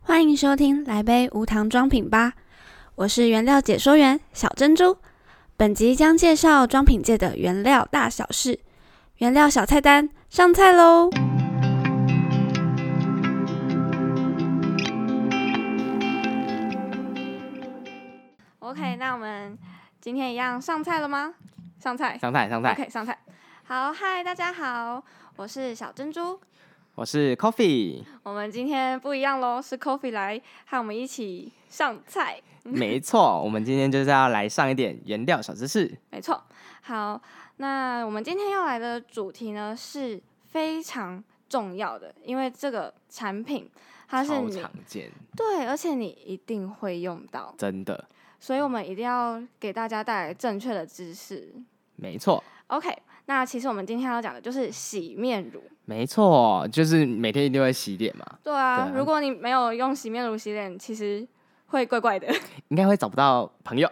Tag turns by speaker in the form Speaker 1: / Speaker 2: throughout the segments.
Speaker 1: 欢迎收听《来杯无糖装品吧》，我是原料解说员小珍珠。本集将介绍装品界的原料大小事，原料小菜单上菜喽！OK，那我们今天一样上菜了吗？上菜
Speaker 2: 上菜上菜，
Speaker 1: ，OK，上菜。好，嗨，大家好，我是小珍珠。
Speaker 2: 我 是 Coffee。
Speaker 1: 我们今天不一样喽，是 Coffee 来和我们一起上菜，
Speaker 2: 没错，我们今天就是要来上一点原料小知识。
Speaker 1: 没错。好，那我们今天要来的主题呢是非常重要的，因为这个产品它是
Speaker 2: 超
Speaker 1: 你
Speaker 2: 常见，
Speaker 1: 对，而且你一定会用到，
Speaker 2: 真的，
Speaker 1: 所以我们一定要给大家带来正确的知识。
Speaker 2: 没错，
Speaker 1: OK，那其实我们今天要讲的就是洗面乳。
Speaker 2: 没错，就是每天一定会洗脸嘛，
Speaker 1: 对啊，
Speaker 2: 对啊
Speaker 1: 如果你没有用洗面乳洗脸，其实会怪怪的。
Speaker 2: 应该会找不到朋 友，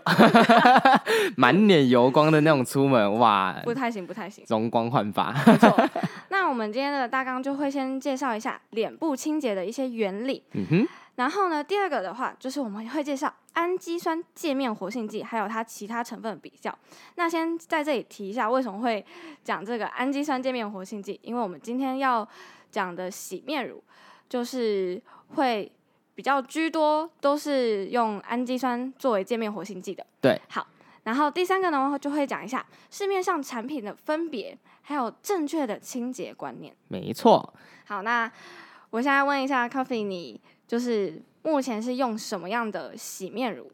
Speaker 2: 满脸油光的那种出门，哇，
Speaker 1: 不太行，不太行。
Speaker 2: 容光焕发。
Speaker 1: 没错。那我们今天的大纲就会先介绍一下脸部清洁的一些原理，
Speaker 2: 嗯哼，
Speaker 1: 然后呢，第二个的话就是我们会介绍氨基酸界面活性剂，还有它其他成分的比较。那先在这里提一下，为什么会讲这个氨基酸界面活性剂？因为我们今天要讲的洗面乳，就是会比较居多都是用氨基酸作为界面活性剂的。
Speaker 2: 对，
Speaker 1: 好。然后第三个呢，就会讲一下市面上产品的分别，还有正确的清洁观念。
Speaker 2: 没错，
Speaker 1: 好，那我现在问一下 Coffee，你就是目前是用什么样的洗面乳？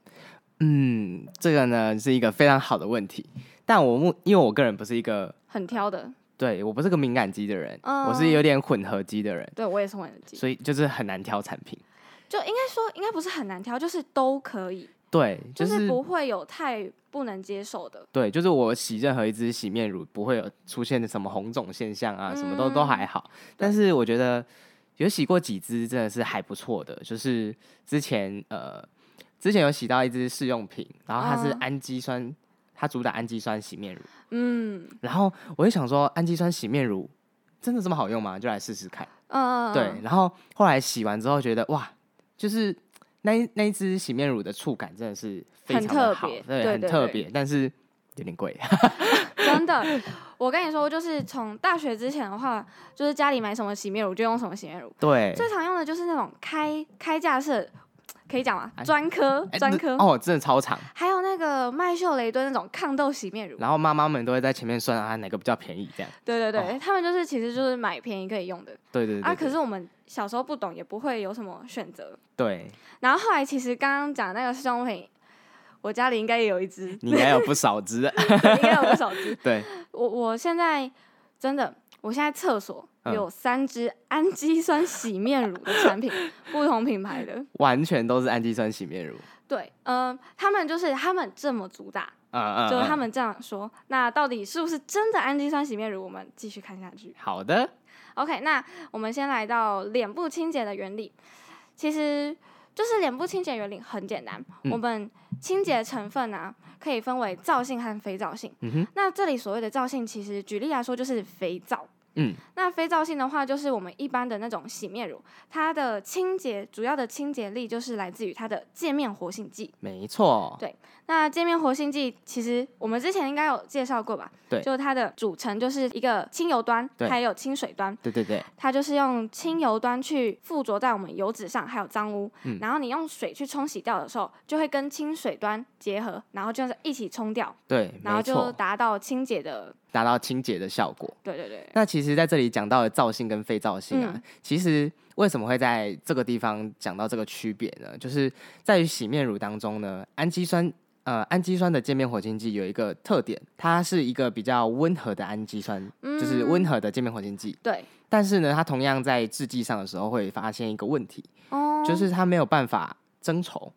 Speaker 2: 嗯，这个呢是一个非常好的问题，但我目因为我个人不是一个，
Speaker 1: 很挑的，
Speaker 2: 对我不是个敏感肌的人，
Speaker 1: 嗯
Speaker 2: 我是有点混合肌的人，
Speaker 1: 对我也是很急，
Speaker 2: 所以就是很难挑产品。
Speaker 1: 就应该说应该不是很难挑，就是都可以，
Speaker 2: 对，
Speaker 1: 就
Speaker 2: 就是
Speaker 1: 是不会有太不能接受的。
Speaker 2: 对，就是我洗任何一支洗面乳不会有出现什么红肿现象啊，什么都都
Speaker 1: 嗯
Speaker 2: 还好。但是我觉得有洗过几支真的是还不错的，就是之前呃之前有洗到一支试用品，然后它是
Speaker 1: 嗯
Speaker 2: 氨基酸，它主打氨基酸洗面乳，
Speaker 1: 嗯
Speaker 2: 然后我就想说氨基酸洗面乳真的这么好用吗？就来试试看。
Speaker 1: 嗯，
Speaker 2: 对，然后后来洗完之后觉得哇，就是那一那一支洗面乳的触感真的是非
Speaker 1: 很
Speaker 2: 常的
Speaker 1: 特
Speaker 2: 好，
Speaker 1: 别
Speaker 2: 对，
Speaker 1: 对
Speaker 2: 很
Speaker 1: 对
Speaker 2: 特
Speaker 1: 对
Speaker 2: 别，但是有点贵。
Speaker 1: 真的。我跟你说，就是从大学之前的话，就是家里买什么洗面乳就用什么洗面乳，
Speaker 2: 对，
Speaker 1: 最常用的就是那种开开架式，可以讲吗？
Speaker 2: 哎
Speaker 1: 专科
Speaker 2: 哎
Speaker 1: 专
Speaker 2: 那
Speaker 1: 科，
Speaker 2: 哦，真的超长。
Speaker 1: 还有那个麦秀雷敦那种抗痘洗面乳。
Speaker 2: 然后妈妈们都会在前面算啊哪个比较便宜这样。
Speaker 1: 对对对，
Speaker 2: 哦
Speaker 1: 他们就是其实就是买便宜可以用的
Speaker 2: 对对对
Speaker 1: 啊。可
Speaker 2: 对
Speaker 1: 是我们小时候不懂，也不会有什么选择。
Speaker 2: 对，
Speaker 1: 然后后来其实刚刚讲那个试用品，我家里应该也有一只，
Speaker 2: 你应该有不少只。
Speaker 1: 应该有不少只。
Speaker 2: 对，
Speaker 1: 我我现在真的，我现在厕所
Speaker 2: 嗯
Speaker 1: 有三支氨基酸洗面乳的 产品，不同品牌的。
Speaker 2: 完全都是氨基酸洗面乳。
Speaker 1: 对，嗯、他们就是他们这么主打，
Speaker 2: 嗯嗯，
Speaker 1: 就是他
Speaker 2: 嗯
Speaker 1: 们这样说。那到底是不是真的氨基酸洗面乳？我们继续看下去。
Speaker 2: 好的，
Speaker 1: OK，那我们先来到脸部清洁的原理，其实就是脸部清洁原理很简单，
Speaker 2: 嗯
Speaker 1: 我们清洁成分啊可以分为皂性和非皂性。
Speaker 2: 嗯哼，
Speaker 1: 那这里所谓的皂性，其实举例来说就是肥皂。
Speaker 2: 嗯，
Speaker 1: 那非皂性的话，就是我们一般的那种洗面乳，它的清洁主要的清洁力就是来自于它的界面活性剂。
Speaker 2: 没错
Speaker 1: 对，那界面活性剂其实我们之前应该有介绍过吧？
Speaker 2: 对
Speaker 1: 就它的组成就是一个清油端，
Speaker 2: 对
Speaker 1: 还有清水端。
Speaker 2: 对对对，
Speaker 1: 它就是用清油端去附着在我们油脂上，还有脏污，
Speaker 2: 嗯
Speaker 1: 然后你用水去冲洗掉的时候，就会跟清水端结合，然后就是一起冲掉，
Speaker 2: 对，
Speaker 1: 然后
Speaker 2: 没
Speaker 1: 就
Speaker 2: 错，
Speaker 1: 达到清洁的，
Speaker 2: 达到清洁的效果。
Speaker 1: 对对对，
Speaker 2: 那其实在这里讲到的造性跟非造性啊，
Speaker 1: 嗯
Speaker 2: 其实为什么会在这个地方讲到这个区别呢？就是在于洗面乳当中呢，氨基酸。呃，氨基酸的界面活性剂有一个特点，它是一个比较温和的氨基酸，
Speaker 1: 嗯
Speaker 2: 就是温，和的界面活性剂。
Speaker 1: 对，
Speaker 2: 但是呢，它同样在制剂上的时候会发现一个问题，
Speaker 1: 哦，
Speaker 2: 就是它没有办法增稠，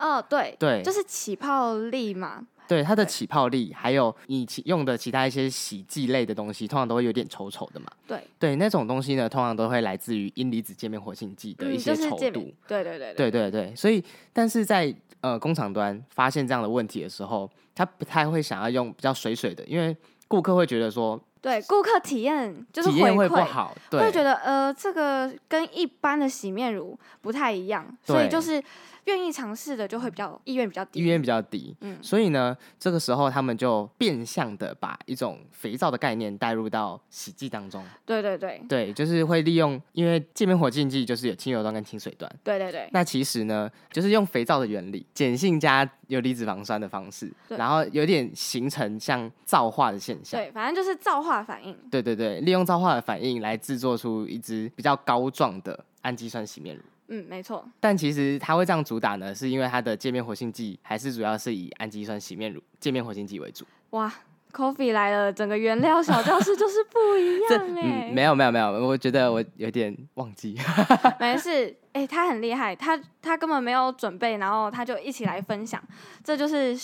Speaker 1: 哦，对，
Speaker 2: 对
Speaker 1: 就是起泡力嘛，
Speaker 2: 对它的
Speaker 1: 对
Speaker 2: 起泡力，还有你其用的其他一些洗剂类的东西，通常都会有点稠稠的嘛。
Speaker 1: 对，
Speaker 2: 对，那种东西呢，通常都会来自于阴离子界面活性剂的一
Speaker 1: 嗯
Speaker 2: 些
Speaker 1: 就是
Speaker 2: 稠
Speaker 1: 界
Speaker 2: 度。
Speaker 1: 面对对对，
Speaker 2: 对对对，所以但是在呃工厂端发现这样的问题的时候，他不太会想要用比较水水的，因为顾客会觉得说
Speaker 1: 对，顾客体验就是
Speaker 2: 体
Speaker 1: 回
Speaker 2: 验会不
Speaker 1: 馈，
Speaker 2: 好，对，
Speaker 1: 会觉得呃，这个跟一般的洗面乳不太一样，所以
Speaker 2: 对
Speaker 1: 就是愿意尝试的就会比较意愿比较低。
Speaker 2: 意愿比较低。
Speaker 1: 嗯
Speaker 2: 所以呢，这个时候他们就变相的把一种肥皂的概念带入到洗剂当中。
Speaker 1: 对对对
Speaker 2: 对，就是会利用，因为界面活性剂就是有清油段跟清水段。
Speaker 1: 对对对，
Speaker 2: 那其实呢，就是用肥皂的原理，碱性加有离子防酸的方式，
Speaker 1: 对
Speaker 2: 然后有点形成像皂化的现象。
Speaker 1: 对，反正就是造化反应。
Speaker 2: 对对对，利用皂化的反应来制作出一支比较膏状的氨基酸洗面乳。
Speaker 1: 嗯，没错，
Speaker 2: 但其实它会这样主打呢，是因为它的界面活性剂还是主要是以氨基酸洗面乳、界面活性剂为主。
Speaker 1: 哇，Coffee 来了，整个原料小教室就是不一样哎、
Speaker 2: 嗯，没有没有没有，我觉得我有点忘记。
Speaker 1: 没事，哎、他很厉害，他他根本没有准备，然后他就一起来分享，这就是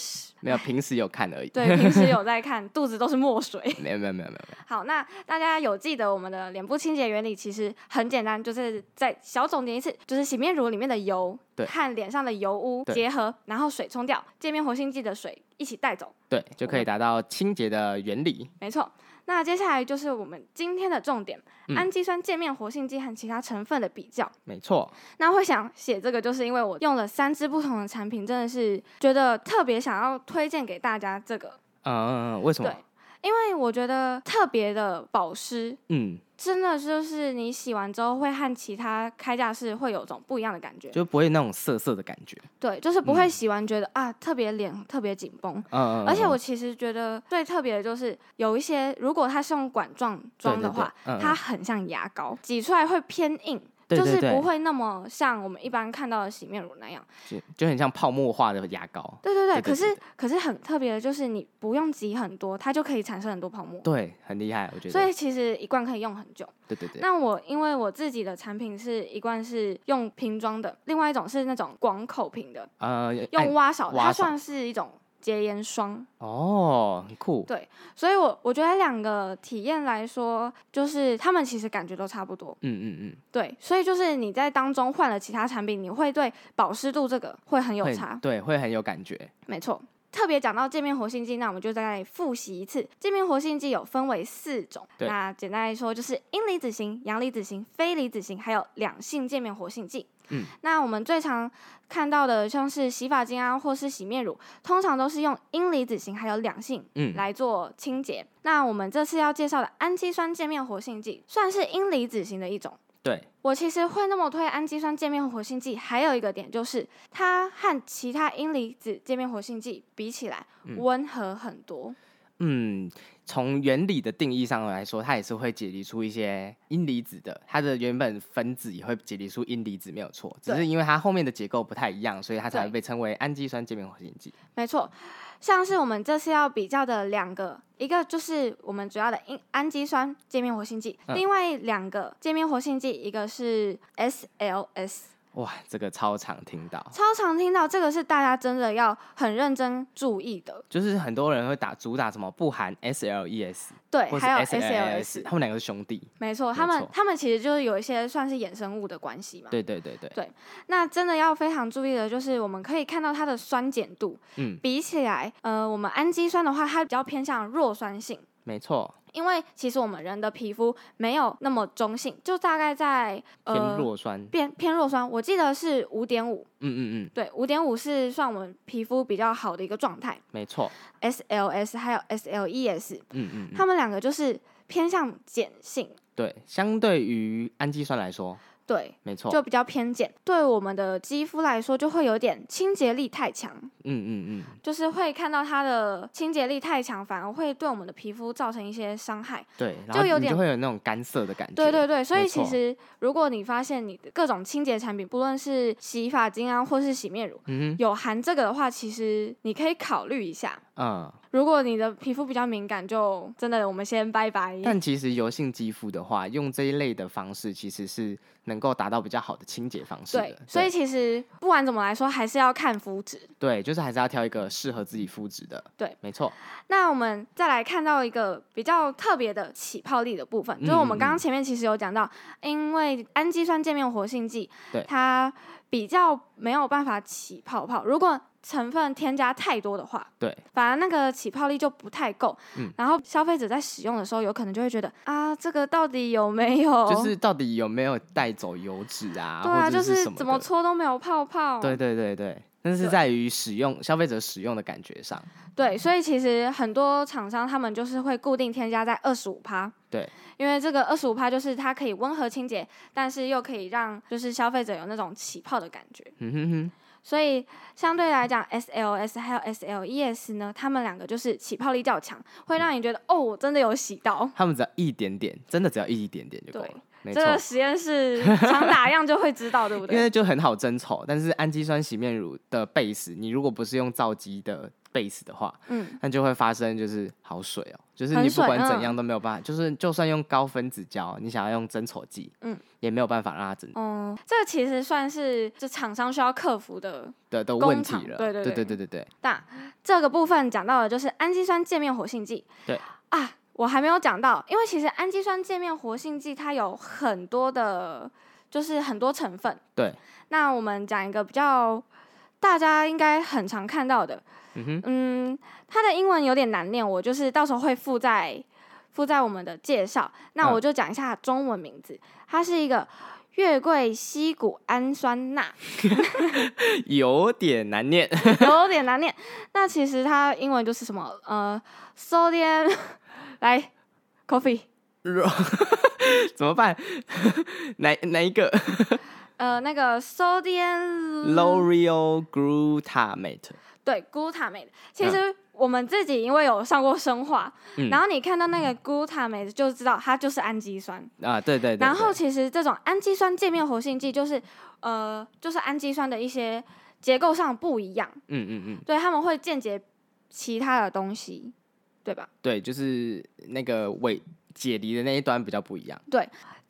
Speaker 2: 没有，平时有看而已。
Speaker 1: 对平时有在看，肚子都是墨水。
Speaker 2: 没有没有没有没有，
Speaker 1: 好，那大家有记得我们的脸部清洁原理其实很简单，就是再小总结一次，就是洗面乳里面的油
Speaker 2: 对
Speaker 1: 和脸上的油污
Speaker 2: 对
Speaker 1: 结合，然后水冲掉，界面活性剂的水一起带走。
Speaker 2: 对，就可以达到清洁的原理。
Speaker 1: 没错，那接下来就是我们今天的重点：
Speaker 2: 嗯
Speaker 1: 氨基酸界面活性剂和其他成分的比较。
Speaker 2: 没错，
Speaker 1: 那会想写这个，就是因为我用了三支不同的产品，真的是觉得特别想要推荐给大家这个，
Speaker 2: 嗯，为什么
Speaker 1: 对？因为我觉得特别的保湿
Speaker 2: 嗯，
Speaker 1: 真的就是你洗完之后会和其他开架式会有种不一样的感觉，
Speaker 2: 就不会那种涩涩的感觉。
Speaker 1: 对，就是不会洗完觉得、啊特别脸特别紧绷。
Speaker 2: 嗯嗯。
Speaker 1: 而且
Speaker 2: 嗯
Speaker 1: 我其实觉得最特别的就是有一些，如果它是用管状装的话，，
Speaker 2: 对对对嗯
Speaker 1: 它
Speaker 2: 嗯
Speaker 1: 很像牙膏，挤出来会偏硬，
Speaker 2: 对对
Speaker 1: 就是
Speaker 2: 对
Speaker 1: 不会那么像我们一般看到的洗面乳那样。
Speaker 2: 就就很像泡沫化的牙膏。
Speaker 1: 对对对，
Speaker 2: 对对
Speaker 1: 可
Speaker 2: 对
Speaker 1: 是可是很特别的就是你不用挤很多，它就可以产生很多泡沫，
Speaker 2: 对，很厉害，我觉得。
Speaker 1: 所以其实一罐可以用很久。
Speaker 2: 对对对，
Speaker 1: 那我因为我自己的产品是一罐是用瓶装的，另外一种是那种广口瓶的，
Speaker 2: 呃，按
Speaker 1: 用挖勺，
Speaker 2: 挖
Speaker 1: 它
Speaker 2: 勺
Speaker 1: 算是一种洁颜霜。
Speaker 2: 哦，很酷。
Speaker 1: 所以我我觉得两个体验来说，就是他们其实感觉都差不多。
Speaker 2: 嗯嗯
Speaker 1: 对，所以就是你在当中换了其他产品，你会对保湿度这个会很
Speaker 2: 嗯，
Speaker 1: 有
Speaker 2: 会
Speaker 1: 差，
Speaker 2: 对，会很有感觉。
Speaker 1: 没错。特别讲到界面活性剂，那我们就再复习一次。界面活性剂有分为四种，
Speaker 2: 对
Speaker 1: 那简单来说就是阴离子型、阳离子型、非离子型，还有两性界面活性剂。
Speaker 2: 嗯，
Speaker 1: 那我们最常看到的像是洗发精啊，或是洗面乳，通常都是用阴离子型还有两性
Speaker 2: 嗯，
Speaker 1: 来做清洁。那我们这次要介绍的氨基酸界面活性剂，算是阴离子型的一种。
Speaker 2: 对，
Speaker 1: 我其实会那么推氨基酸界面活性剂，还有一个点就是它和其他阴离子界面活性剂比起来温和很多。
Speaker 2: 嗯，从原理的定义上来说，它也是会解离出一些阴离子的，它的原本分子也会解离出阴离子，没有错。只
Speaker 1: 对
Speaker 2: 是因为它后面的结构不太一样，所以它才
Speaker 1: 对
Speaker 2: 会被称为氨基酸界面活性剂。
Speaker 1: 没错，像是我们这次要比较的两个，一个就是我们主要的阴氨基酸界面活性剂，
Speaker 2: 嗯
Speaker 1: 另外两个界面活性剂，一个是 SLS。
Speaker 2: 哇，这个超常听到，
Speaker 1: 超常听到这个是大家真的要很认真注意的，
Speaker 2: 就是很多人会打主打什么不含 SLES
Speaker 1: 对，
Speaker 2: 或是
Speaker 1: 哎还有 E
Speaker 2: SLS，他们两个是兄弟。
Speaker 1: 没错，
Speaker 2: 没
Speaker 1: 他们
Speaker 2: 错
Speaker 1: 他们其实就是有一些算是衍生物的关系嘛。
Speaker 2: 对对对对，
Speaker 1: 那真的要非常注意的就是，我们可以看到它的酸碱度，
Speaker 2: 嗯，
Speaker 1: 比起来，呃，我们氨基酸的话，它比较偏向弱酸性，
Speaker 2: 没错，
Speaker 1: 因为其实我们人的皮肤没有那么中性，就大概在
Speaker 2: 偏
Speaker 1: 呃
Speaker 2: 弱酸。
Speaker 1: 偏偏弱酸，我记得是五点五，
Speaker 2: 嗯嗯嗯，
Speaker 1: 对，五点五是算我们皮肤比较好的一个状态。
Speaker 2: 没错。
Speaker 1: SLS 还有 SLES，
Speaker 2: 嗯嗯嗯，
Speaker 1: 它们两个就是偏向碱性，
Speaker 2: 对，相对于氨基酸来说，
Speaker 1: 对，
Speaker 2: 没错。
Speaker 1: 就比较偏碱，对我们的肌肤来说就会有点清洁力太强，
Speaker 2: 嗯嗯嗯，
Speaker 1: 就是会看到它的清洁力太强，反而会对我们的皮肤造成一些伤害。
Speaker 2: 对，然
Speaker 1: 就
Speaker 2: 后
Speaker 1: 有
Speaker 2: 你
Speaker 1: 点
Speaker 2: 就会有那种干涩的感觉。
Speaker 1: 对对对，所以
Speaker 2: 没
Speaker 1: 其
Speaker 2: 错
Speaker 1: 实如果你发现你的各种清洁产品，不论是洗发精啊，或是洗面乳，
Speaker 2: 嗯
Speaker 1: 有含这个的话，其实你可以考虑一下。
Speaker 2: 哼嗯，
Speaker 1: 如果你的皮肤比较敏感，就真的我们先拜拜。
Speaker 2: 但其实油性肌肤的话，用这一类的方式其实是能够达到比较好的清洁方式的。
Speaker 1: 对，所以其实不管怎么来说，还是要看肤质。
Speaker 2: 对，就是还是要挑一个适合自己肤质的。
Speaker 1: 对，
Speaker 2: 没错。
Speaker 1: 那我们再来看到一个比较特别的起泡力的部分，
Speaker 2: 嗯
Speaker 1: 就是我们刚刚前面其实有讲到，因为氨基酸界面活性剂
Speaker 2: 对，
Speaker 1: 它比较没有办法起泡泡。如果成分添加太多的话，
Speaker 2: 对，
Speaker 1: 反而那个起泡力就不太够。
Speaker 2: 嗯
Speaker 1: 然后消费者在使用的时候，有可能就会觉得啊，这个到底有没有？
Speaker 2: 就是到底有没有带走油脂啊，
Speaker 1: 对啊，
Speaker 2: 或者
Speaker 1: 就是
Speaker 2: 什
Speaker 1: 怎么
Speaker 2: 的
Speaker 1: 搓都没有泡泡。
Speaker 2: 对对对对，但是
Speaker 1: 哦对
Speaker 2: 在于使用消费者使用的感觉上，
Speaker 1: 对，所以其实很多厂商他们就是会固定添加在二十五趴。
Speaker 2: 对，
Speaker 1: 因为这个二十五趴就是它可以温和清洁，但是又可以让就是消费者有那种起泡的感觉。
Speaker 2: 嗯哼哼，
Speaker 1: 所以相对来讲，SLS 还有 SLES 呢，它们两个就是起泡力较强，会让你觉得哦，我真的有洗到。
Speaker 2: 他们只要一点点，真的只要一点点就够
Speaker 1: 对
Speaker 2: 了，没
Speaker 1: 这
Speaker 2: 错。
Speaker 1: 个实验室常打样就会知道，对不
Speaker 2: 因
Speaker 1: 对？
Speaker 2: 为就很好争丑，但是氨基酸洗面乳的 base，你如果不是用皂基的 base 的话，
Speaker 1: 嗯，
Speaker 2: 那就会发生就是好水哦、就是
Speaker 1: 很
Speaker 2: 你不
Speaker 1: 水
Speaker 2: 管
Speaker 1: 嗯
Speaker 2: 怎样都没有办法，就是就算用高分子胶，你想要用增稠剂，
Speaker 1: 嗯
Speaker 2: 嗯，也没有办法让它增
Speaker 1: 哦、这个其实算是这厂商需要克服的。
Speaker 2: 的的
Speaker 1: 工
Speaker 2: 问题
Speaker 1: 厂
Speaker 2: 了，
Speaker 1: 对对
Speaker 2: 对
Speaker 1: 对
Speaker 2: 对对对对
Speaker 1: 那这个部分讲到的就是氨基酸界面活性剂。
Speaker 2: 对
Speaker 1: 啊，我还没有讲到，因为其实氨基酸界面活性剂它有很多的，就是很多成分。
Speaker 2: 对，
Speaker 1: 那我们讲一个比较大家应该很常看到的，
Speaker 2: 嗯哼，
Speaker 1: 嗯，它的英文有点难念，我就是到时候会附在附在我们的介绍。那
Speaker 2: 嗯
Speaker 1: 我就讲一下中文名字，它是一个月桂烯谷氨酸钠，
Speaker 2: 有点难念，
Speaker 1: 有点难念。那其实它英文就是什么呃，sodium，来，coffee，
Speaker 2: 怎么办？ 哪哪一个
Speaker 1: 呃，那个 sodium
Speaker 2: ？L'Oreal glutamate，
Speaker 1: 对，glutamate。其实我们自己因为有上过生化，
Speaker 2: 嗯
Speaker 1: 然后你看到那个 glutamate 就知道它就是氨基酸。
Speaker 2: 啊，对对对
Speaker 1: 然后
Speaker 2: 对
Speaker 1: 其实这种氨基酸界面活性剂就是呃，就是氨基酸的一些结构上不一样，
Speaker 2: 嗯嗯嗯，
Speaker 1: 对，他们会间接其他的东西，对吧？
Speaker 2: 对，就是那个尾解离的那一端比较不一样，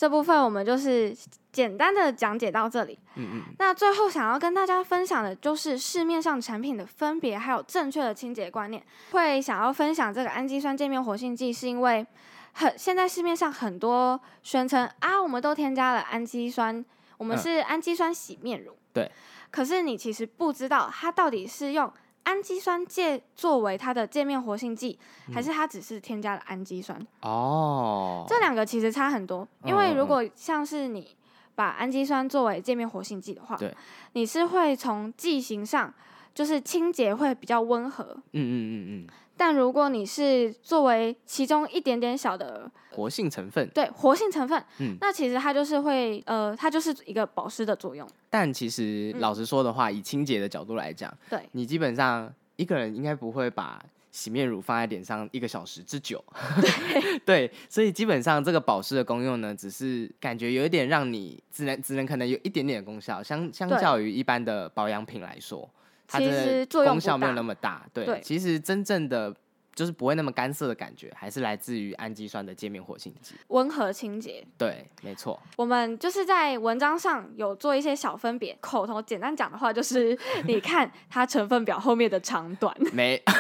Speaker 1: 这部分我们就是简单的讲解到这里。
Speaker 2: 嗯嗯。
Speaker 1: 那最后想要跟大家分享的就是市面上产品的分别，还有正确的清洁观念。会想要分享这个氨基酸界面活性剂，是因为很现在市面上很多宣称啊，我们都添加了氨基酸，我们
Speaker 2: 嗯
Speaker 1: 是氨基酸洗面乳。
Speaker 2: 对。
Speaker 1: 可是你其实不知道它到底是用氨基酸界作为它的界面活性剂，
Speaker 2: 嗯
Speaker 1: 还是它只是添加了氨基酸。
Speaker 2: 哦，
Speaker 1: 这两个其实差很多，因为
Speaker 2: 嗯嗯
Speaker 1: 如
Speaker 2: 嗯
Speaker 1: 果像是你把氨基酸作为界面活性剂的话，
Speaker 2: 对
Speaker 1: 你是会从剂型上就是清洁会比较温和，
Speaker 2: 嗯嗯嗯嗯，
Speaker 1: 但如果你是作为其中一点点小的
Speaker 2: 活性成分，
Speaker 1: 对活性成分，
Speaker 2: 嗯
Speaker 1: 那其实它就是会呃，它就是一个保湿的作用，
Speaker 2: 但其实
Speaker 1: 嗯
Speaker 2: 老实说的话，以清洁的角度来讲，
Speaker 1: 对，
Speaker 2: 你基本上一个人应该不会把洗面乳放在脸上一个小时之久， 对，所以基本上这个保湿的功用呢，只是感觉有一点让你只能只能可能有一点点的功效，相相
Speaker 1: 对
Speaker 2: 较于一般的保养品来说，它
Speaker 1: 其
Speaker 2: 真的
Speaker 1: 实作用
Speaker 2: 功
Speaker 1: 不
Speaker 2: 效没有
Speaker 1: 大
Speaker 2: 那么大，对，
Speaker 1: 对
Speaker 2: 其实真正的。就是不会那么干涩的感觉，还是来自于氨基酸的界面活性剂。
Speaker 1: 温和清洁。
Speaker 2: 对，没错。
Speaker 1: 我们就是在文章上有做一些小分别，口头简单讲的话就是， 你看它成分表后面的长短，
Speaker 2: 没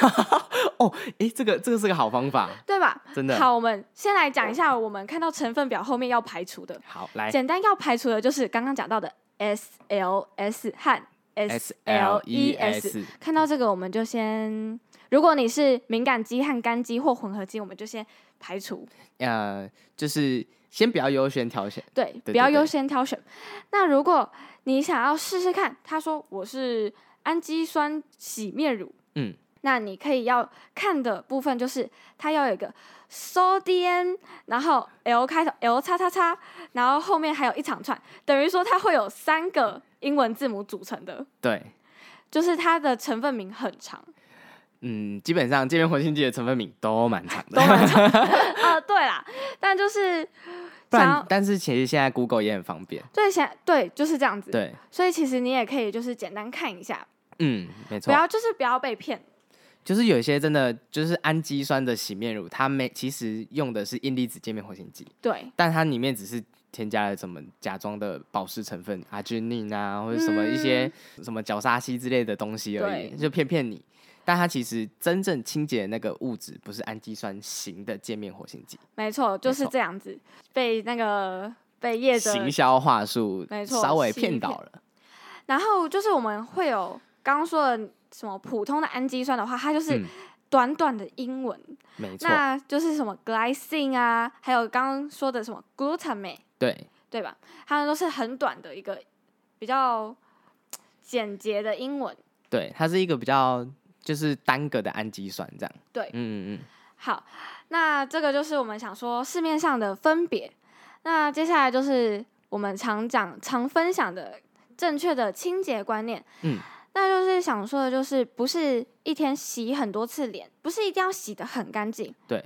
Speaker 2: 哦，诶，这个这个是个好方法，
Speaker 1: 对吧？
Speaker 2: 真的。
Speaker 1: 好，我们先来讲一下我们看到成分表后面要排除的。
Speaker 2: 好，来
Speaker 1: 简单要排除的就是刚刚讲到的 S L S 和 S
Speaker 2: S
Speaker 1: L
Speaker 2: L
Speaker 1: E
Speaker 2: E
Speaker 1: S。
Speaker 2: S，
Speaker 1: 看到这个，我们就先，如果你是敏感肌和干肌或混合肌，我们就先排除，
Speaker 2: 呃，就是先不要优先挑选，
Speaker 1: 对，
Speaker 2: 对
Speaker 1: 不要
Speaker 2: 对
Speaker 1: 优先挑选。那如果你想要试试看，他说我是氨基酸洗面乳，
Speaker 2: 嗯，
Speaker 1: 那你可以要看的部分就是它要有一个 sodium，然后 L 开头 L 叉叉叉，然后后面还有一长串，等于说它会有三个英文字母组成的，
Speaker 2: 对，
Speaker 1: 就是它的成分名很长。
Speaker 2: 嗯，基本上界面活性剂的成分名都蛮长
Speaker 1: 都蛮
Speaker 2: 的，
Speaker 1: 长的 呃，对啦，但就是
Speaker 2: 不
Speaker 1: 想
Speaker 2: 然
Speaker 1: 要
Speaker 2: 但是其实现在 Google 也很方便，
Speaker 1: 最想对就是这样子，
Speaker 2: 对，
Speaker 1: 所以其实你也可以就是简单看一下，
Speaker 2: 嗯，没
Speaker 1: 不
Speaker 2: 错，
Speaker 1: 要就是不要被骗，
Speaker 2: 就是有一些真的就是氨基酸的洗面乳，它没其实用的是阴离子界面活性剂，
Speaker 1: 对，
Speaker 2: 但它里面只是。添加了什么假装的保湿成分，阿菌宁啊，或者什么一些什么角鲨烯之类的东西而已，
Speaker 1: 嗯对
Speaker 2: 就骗骗你。但它其实真正清洁的那个物质不是氨基酸型的界面活性剂，
Speaker 1: 没错，就是
Speaker 2: 错
Speaker 1: 这样子，被那个被业者
Speaker 2: 行销话术
Speaker 1: 没错
Speaker 2: 稍微
Speaker 1: 欺
Speaker 2: 骗
Speaker 1: 骗
Speaker 2: 倒了，
Speaker 1: 然后就是我们会有刚刚说的什么普通的氨基酸的话，它就是
Speaker 2: 嗯
Speaker 1: 短短的英文，
Speaker 2: 没错，
Speaker 1: 那就是什么 glycine 啊，还有刚刚说的什么 glutamate，
Speaker 2: 对，
Speaker 1: 对吧？它们都是很短的一个比较简洁的英文。
Speaker 2: 对，它是一个比较就是单个的氨基酸这样。
Speaker 1: 对
Speaker 2: 嗯嗯嗯，
Speaker 1: 好，那这个就是我们想说市面上的分别。那接下来就是我们常讲、常分享的正确的清洁观念。
Speaker 2: 嗯，
Speaker 1: 那就是想说的，就是不是一天洗很多次脸，不是一定要洗的很干净。
Speaker 2: 对，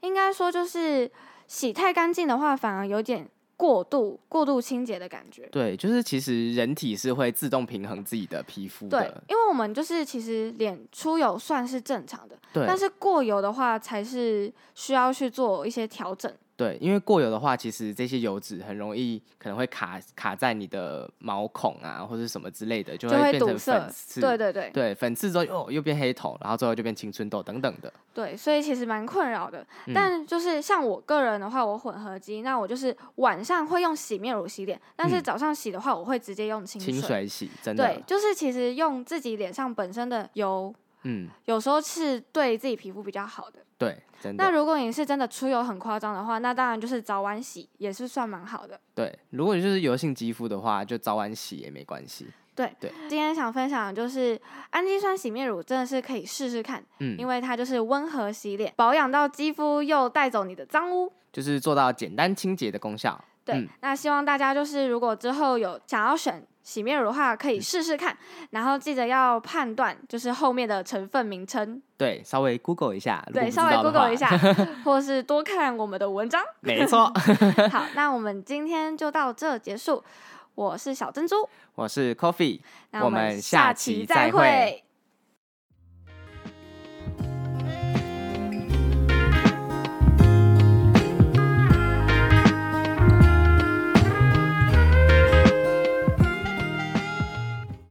Speaker 1: 应该说就是洗太干净的话，反而有点过度、过度清洁的感觉。
Speaker 2: 对，就是其实人体是会自动平衡自己的皮肤
Speaker 1: 对
Speaker 2: 的，，
Speaker 1: 因为我们就是其实脸出油算是正常的，
Speaker 2: 对
Speaker 1: 但是过油的话才是需要去做一些调整。
Speaker 2: 对，因为过油的话，其实这些油脂很容易可能会卡卡在你的毛孔啊，或者什么之类的，就
Speaker 1: 就会
Speaker 2: 变
Speaker 1: 堵
Speaker 2: 成
Speaker 1: 塞
Speaker 2: 粉刺。
Speaker 1: 对对对
Speaker 2: 对，粉刺之后哦又又变黑头，然后最后就变青春痘等等的。
Speaker 1: 对，所以其实蛮困扰的。
Speaker 2: 嗯
Speaker 1: 但就是像我个人的话，我混合肌，那我就是晚上会用洗面乳洗脸，但是
Speaker 2: 嗯
Speaker 1: 早上洗的话，我会直接用清水。
Speaker 2: 清水洗真
Speaker 1: 对
Speaker 2: 的，，
Speaker 1: 就是其实用自己脸上本身的油，
Speaker 2: 嗯，
Speaker 1: 有时候是对自己皮肤比较好的。
Speaker 2: 对，真
Speaker 1: 那
Speaker 2: 的。
Speaker 1: 如果你是真的出油很夸张的话，那当然就是早晚洗也是算蛮好的。
Speaker 2: 对，如果你就是油性肌肤的话，就早晚洗也没关系。
Speaker 1: 今天想分享的就是氨基酸洗面乳，真的是可以试试看，
Speaker 2: 嗯，
Speaker 1: 因为它就是温和洗脸，保养到肌肤又带走你的脏污。
Speaker 2: 就是做到简单清洁的功效。
Speaker 1: 对，
Speaker 2: 嗯
Speaker 1: 那希望大家就是如果之后有想要选洗面乳的话，可
Speaker 2: 嗯
Speaker 1: 以试试看，然后记得要判断就是后面的成分名称，
Speaker 2: 对，稍微 Google 一下，如果
Speaker 1: 对，
Speaker 2: 不知
Speaker 1: 稍微
Speaker 2: 道的
Speaker 1: Google
Speaker 2: 话
Speaker 1: 一下，， 或是多看我们的文章。
Speaker 2: 没错。
Speaker 1: 好，那我们今天就到这结束，我是小珍珠，
Speaker 2: 我是 Coffee，
Speaker 1: 那
Speaker 2: 我们
Speaker 1: 下
Speaker 2: 下
Speaker 1: 期
Speaker 2: 期再
Speaker 1: 会
Speaker 2: 会。